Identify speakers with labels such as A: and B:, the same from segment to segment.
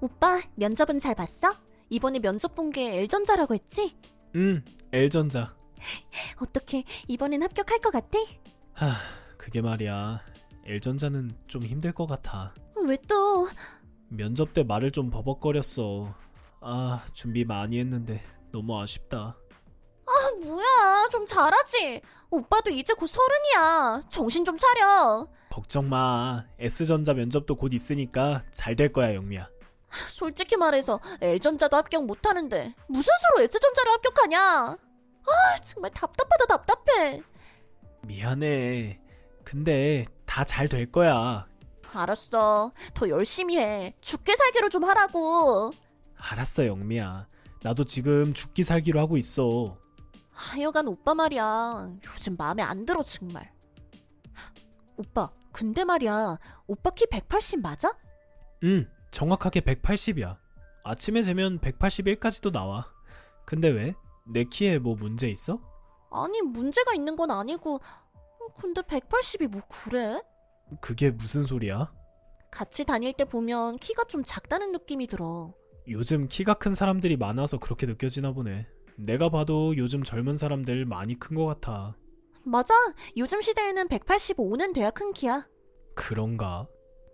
A: 오빠, 면접은 잘 봤어? 이번에 면접 본 게 엘전자라고 했지?
B: 응, 음, 엘전자.
A: 어떻게 이번엔 합격할 것 같아? 어,
B: 그게 말이야. 엘전자는 좀 힘들 것 같아.
A: 왜 또?
B: 면접 때 말을 좀 버벅거렸어. 아, 준비 많이 했는데 너무 아쉽다.
A: 아, 뭐야. 좀 잘하지. 오빠도 이제 곧 서른이야. 정신 좀 차려.
B: 걱정 마. S전자 면접도 곧 있으니까 잘 될 거야, 영미야.
A: 솔직히 말해서 엘전자도 합격 못하는데 무슨 수로 S전자를 합격하냐? 아, 정말 답답하다 답답해.
B: 미안해. 근데 다 잘 될 거야.
A: 알았어. 더 열심히 해. 죽게 살기로 좀 하라고.
B: 알았어, 영미야. 나도 지금 죽기 살기로 하고 있어.
A: 하여간 오빠 말이야. 요즘 마음에 안 들어, 정말. 오빠, 근데 말이야. 오빠 키 180 맞아?
B: 응, 정확하게 180이야. 아침에 재면 181까지도 나와. 근데 왜? 내 키에 뭐 문제 있어?
A: 아니, 문제가 있는 건 아니고. 근데 180이 뭐 그래?
B: 그게 무슨 소리야?
A: 같이 다닐 때 보면 키가 좀 작다는 느낌이 들어.
B: 요즘 키가 큰 사람들이 많아서 그렇게 느껴지나 보네. 내가 봐도 요즘 젊은 사람들 많이 큰 것 같아.
A: 맞아. 요즘 시대에는 185는 돼야 큰 키야.
B: 그런가?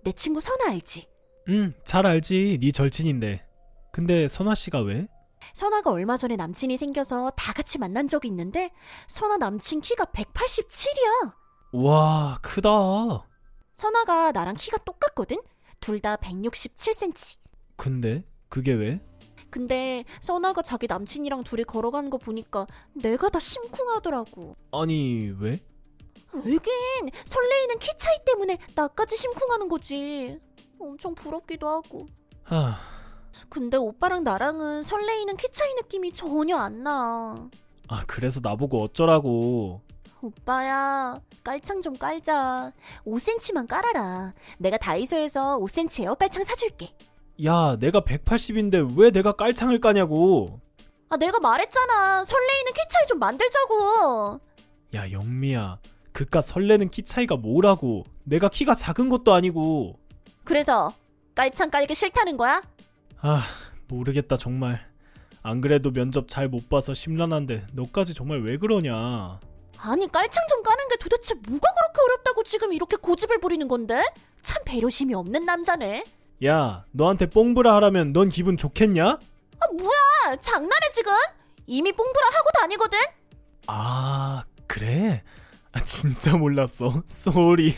A: 내 친구 선아 알지?
B: 응, 잘 알지. 네 절친인데. 근데 선아 씨가 왜?
A: 선아가 얼마 전에 남친이 생겨서 다 같이 만난 적이 있는데 선아 남친 키가 187이야.
B: 와, 크다.
A: 선아가 나랑 키가 똑같거든? 둘 다 167cm.
B: 근데 그게 왜?
A: 근데 선아가 자기 남친이랑 둘이 걸어가는 거 보니까 내가 다 심쿵하더라고.
B: 아니, 왜?
A: 왜긴 설레이는 키 차이 때문에 나까지 심쿵하는 거지. 엄청 부럽기도 하고.
B: 하,
A: 근데 오빠랑 나랑은 설레이는 키 차이 느낌이 전혀 안 나.
B: 아, 그래서 나보고 어쩌라고.
A: 오빠야, 깔창 좀 깔자. 5cm만 깔아라. 내가 다이소에서 5cm 에어깔창 사줄게.
B: 야, 내가 180인데 왜 내가 깔창을 까냐고.
A: 아, 내가 말했잖아. 설레이는 키 차이 좀 만들자고.
B: 야, 영미야. 그깟 설레는 키 차이가 뭐라고. 내가 키가 작은 것도 아니고.
A: 그래서 깔창 깔기 싫다는 거야?
B: 아, 모르겠다, 정말. 안 그래도 면접 잘 못 봐서 심란한데 너까지 정말 왜 그러냐.
A: 아니 깔창 좀 까는 게 도대체 뭐가 그렇게 어렵다고 지금 이렇게 고집을 부리는 건데? 참 배려심이 없는 남자네.
B: 야, 너한테 뽕브라 하라면 넌 기분 좋겠냐?
A: 아 뭐야 장난해 지금? 이미 뽕부라 하고 다니거든.
B: 아, 그래? 아, 진짜 몰랐어. 쏘리.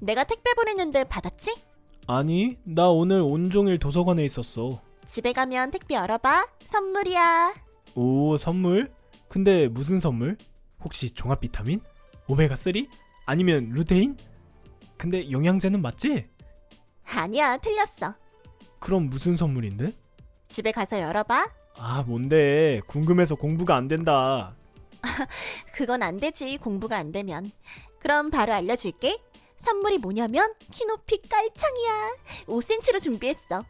A: 내가 택배 보냈는데 받았지?
B: 아니, 나 오늘 온종일 도서관에 있었어.
A: 집에 가면 택배 열어봐. 선물이야.
B: 오, 선물? 근데 무슨 선물? 혹시 종합 비타민? 오메가3? 아니면 루테인? 근데 영양제는 맞지?
A: 아니야 틀렸어.
B: 그럼 무슨 선물인데?
A: 집에 가서 열어봐.
B: 아, 뭔데. 궁금해서 공부가 안 된다.
A: 그건 안 되지 공부가 안 되면. 그럼 바로 알려줄게. 선물이 뭐냐면 키높이 깔창이야. 5cm로 준비했어.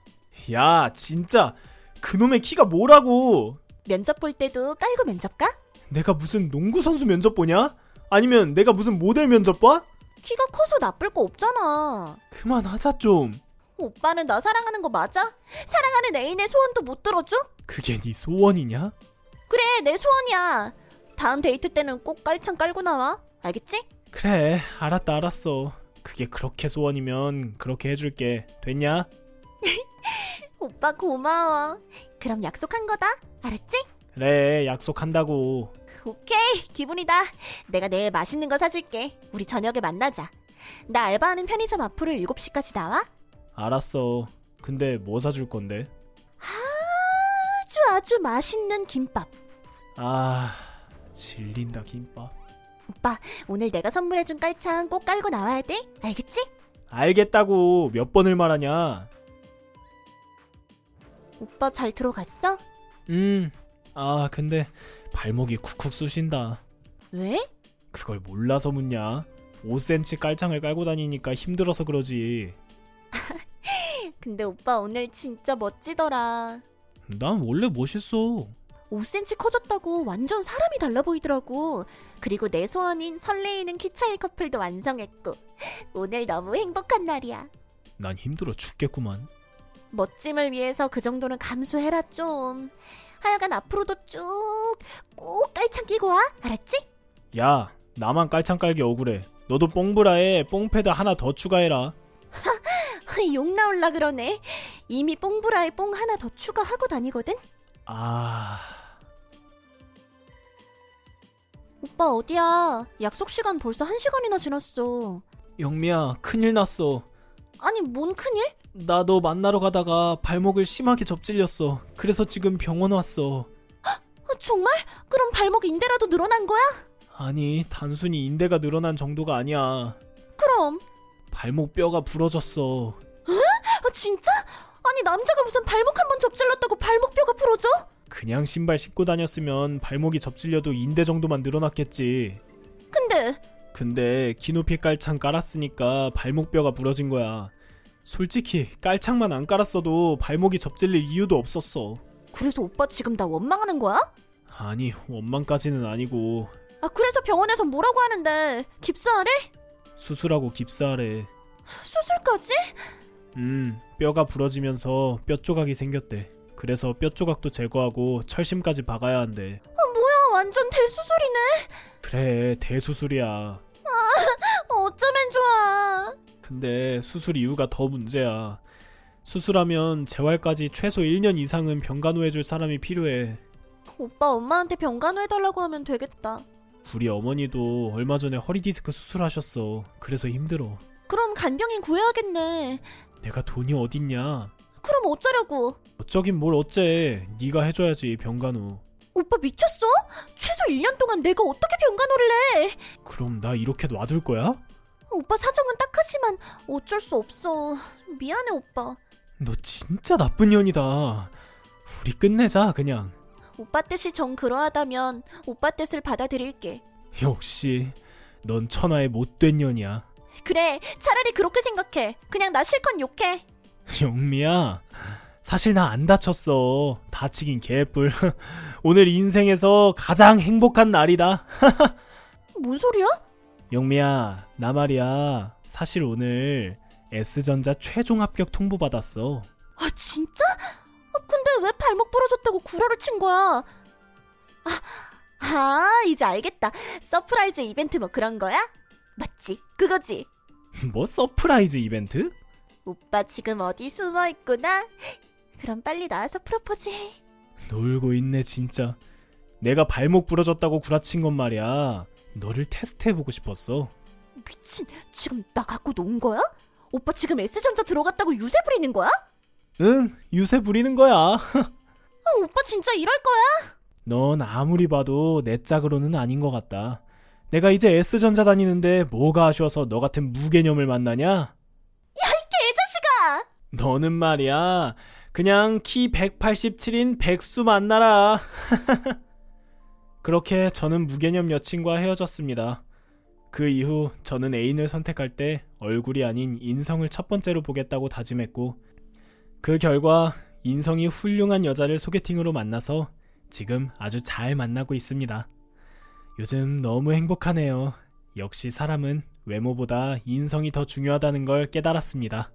B: 야, 진짜. 그놈의 키가 뭐라고?
A: 면접 볼 때도 깔고 면접 가?
B: 내가 무슨 농구 선수 면접 보냐? 아니면 내가 무슨 모델 면접 봐?
A: 키가 커서 나쁠 거 없잖아.
B: 그만하자 좀.
A: 오빠는 나 사랑하는 거 맞아? 사랑하는 애인의 소원도 못 들어줘?
B: 그게 네 소원이냐?
A: 그래, 내 소원이야. 다음 데이트 때는 꼭 깔창 깔고 나와. 알겠지?
B: 그래, 알았다, 알았어. 그게 그렇게 소원이면 그렇게 해줄게. 됐냐?
A: 오빠 고마워. 그럼 약속한 거다. 알았지?
B: 그래, 약속한다고.
A: 오케이, 기분이다. 내가 내일 맛있는 거 사줄게. 우리 저녁에 만나자. 나 알바하는 편의점 앞으로 7시까지 나와.
B: 알았어. 근데 뭐 사줄 건데?
A: 아주 아주 맛있는 김밥.
B: 아, 질린다, 김밥.
A: 오빠, 오늘 내가 선물해준 깔창 꼭 깔고 나와야 돼. 알겠지?
B: 알겠다고 몇 번을 말하냐?
A: 오빠 잘 들어갔어?
B: 음, 아, 근데 발목이 쿡쿡 쑤신다.
A: 왜?
B: 그걸 몰라서 묻냐? 5cm 깔창을 깔고 다니니까 힘들어서 그러지.
A: 근데 오빠 오늘 진짜 멋지더라.
B: 난 원래 멋있어.
A: 5cm 커졌다고 완전 사람이 달라 보이더라고. 그리고 내 소원인 설레이는 키차이 커플도 완성했고. 오늘 너무 행복한 날이야.
B: 난 힘들어 죽겠구만.
A: 멋짐을 위해서 그 정도는 감수해라 좀. 하여간 앞으로도 쭉 꼭 깔창 끼고 와. 알았지?
B: 야, 나만 깔창 깔기 억울해. 너도 뽕브라에 뽕패드 하나 더 추가해라.
A: 욕 나올라 그러네. 이미 뽕브라에 뽕 하나 더 추가하고 다니거든.
B: 아,
A: 오빠 어디야? 약속 시간 벌써 한 시간이나 지났어.
B: 영미야, 큰일 났어.
A: 아니 뭔 큰일?
B: 나 너 만나러 가다가 발목을 심하게 접질렸어. 그래서 지금 병원 왔어.
A: 아, 정말? 그럼 발목 인대라도 늘어난 거야?
B: 아니, 단순히 인대가 늘어난 정도가 아니야.
A: 그럼.
B: 발목 뼈가 부러졌어.
A: 아, 진짜? 아니 남자가 무슨 발목 한 번 접질렀다고 발목뼈가 부러져?
B: 그냥 신발 신고 다녔으면 발목이 접질려도 인대 정도만 늘어났겠지.
A: 근데
B: 근데 키높이 깔창 깔았으니까 발목뼈가 부러진 거야. 솔직히 깔창만 안 깔았어도 발목이 접질릴 이유도 없었어.
A: 그래서 오빠 지금 나 원망하는 거야?
B: 아니, 원망까지는 아니고
A: 아 그래서 병원에서 뭐라고 하는데 깁스하래?
B: 수술하고 깁스하래.
A: 수술까지?
B: 음, 뼈가 부러지면서 뼈 조각이 생겼대. 그래서 뼈 조각도 제거하고 철심까지 박아야 한대.
A: 아 완전 대수술이네.
B: 그래, 대수술이야.
A: 어쩌면 좋아.
B: 근데 수술 이유가 더 문제야. 수술하면 재활까지 최소 1년 이상은 병간호해줄 사람이 필요해.
A: 오빠 엄마한테 병간호 해달라고 하면 되겠다.
B: 우리 어머니도 얼마 전에 허리 디스크 수술하셨어. 그래서 힘들어.
A: 그럼 간병인 구해야겠네.
B: 내가 돈이 어딨냐?
A: 그럼 어쩌려고?
B: 어쩌긴 뭘 어째? 네가 해줘야지 병간호.
A: 오빠 미쳤어? 최소 1년 동안 내가 어떻게 병간호를 해?
B: 그럼 나 이렇게 놔둘 거야?
A: 오빠 사정은 딱하지만 어쩔 수 없어. 미안해 오빠.
B: 너 진짜 나쁜 년이다. 우리 끝내자 그냥.
A: 오빠 뜻이 정 그러하다면 오빠 뜻을 받아들일게.
B: 역시 넌 천하의 못된 년이야.
A: 그래, 차라리 그렇게 생각해. 그냥 나 실컷 욕해.
B: 영미야, 사실 나 안 다쳤어. 다치긴 개뿔. 오늘 인생에서 가장 행복한 날이다.
A: 뭔 소리야?
B: 영미야, 나 말이야. 사실 오늘 S전자 최종 합격 통보 받았어.
A: 아 진짜? 아, 근데 왜 발목 부러졌다고 구라를 친 거야? 아, 아 이제 알겠다. 서프라이즈 이벤트 뭐 그런 거야? 맞지? 그거지.
B: 뭐 서프라이즈 이벤트?
A: 오빠 지금 어디 숨어 있구나. 그럼 빨리 나와서 프로포즈 해.
B: 놀고 있네 진짜. 내가 발목 부러졌다고 구라친 건 말이야. 너를 테스트해보고 싶었어.
A: 미친, 지금 나 갖고 논 거야? 오빠 지금 S전자 들어갔다고 유세 부리는 거야?
B: 응, 유세 부리는 거야.
A: 아, 오빠 진짜 이럴 거야?
B: 넌 아무리 봐도 내 짝으로는 아닌 것 같다. 내가 이제 S전자 다니는데 뭐가 아쉬워서 너 같은 무개념을 만나냐?
A: 개자식아!
B: 너는 말이야. 그냥 키 187인 백수 만나라. 그렇게 저는 무개념 여친과 헤어졌습니다. 그 이후 저는 애인을 선택할 때 얼굴이 아닌 인성을 첫 번째로 보겠다고 다짐했고 그 결과 인성이 훌륭한 여자를 소개팅으로 만나서 지금 아주 잘 만나고 있습니다. 요즘 너무 행복하네요. 역시 사람은 외모보다 인성이 더 중요하다는 걸 깨달았습니다.